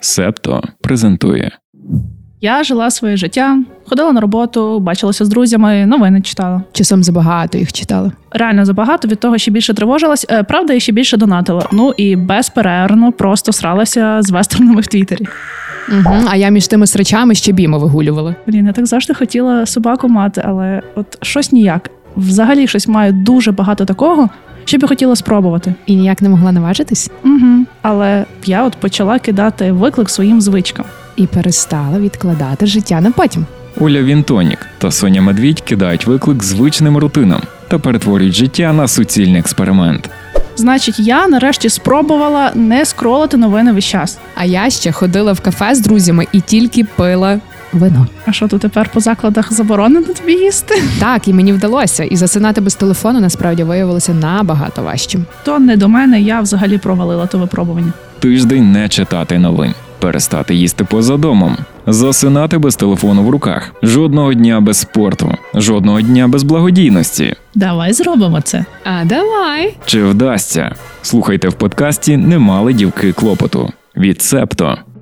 Септо презентує Я жила своє життя, ходила на роботу, бачилася з друзями, новини читала. Часом забагато їх читала. Реально забагато від того ще більше тривожилась. Е, Правда, я ще більше донатила. Ну і безперервно просто сралася з вестернами в Твіттері. Угу. А я між тими срачами ще біма вигулювала. Блін, я так завжди хотіла собаку мати, але от щось ніяк. Взагалі щось маю дуже багато такого, що б я хотіла спробувати. І ніяк не могла наважитись. Угу. Але я от почала кидати виклик своїм звичкам. І перестала відкладати життя на потім. Уля Вінтонік та Соня Медвідь кидають виклик звичним рутинам та перетворюють життя на суцільний експеримент. Значить, я нарешті спробувала не скролити новини весь час. А я ще ходила в кафе з друзями і тільки пила вино. А що то тепер по закладах заборонено тобі їсти? Так, і мені вдалося. І засинати без телефону насправді виявилося набагато важчим. То не до мене, я взагалі провалила то випробування. Тиждень не читати новин, перестати їсти поза домом, засинати без телефону в руках, жодного дня без спорту, жодного дня без благодійності. Давай зробимо це. А давай. Чи вдасться? Слухайте в подкасті Немали дівки клопоту від Септо.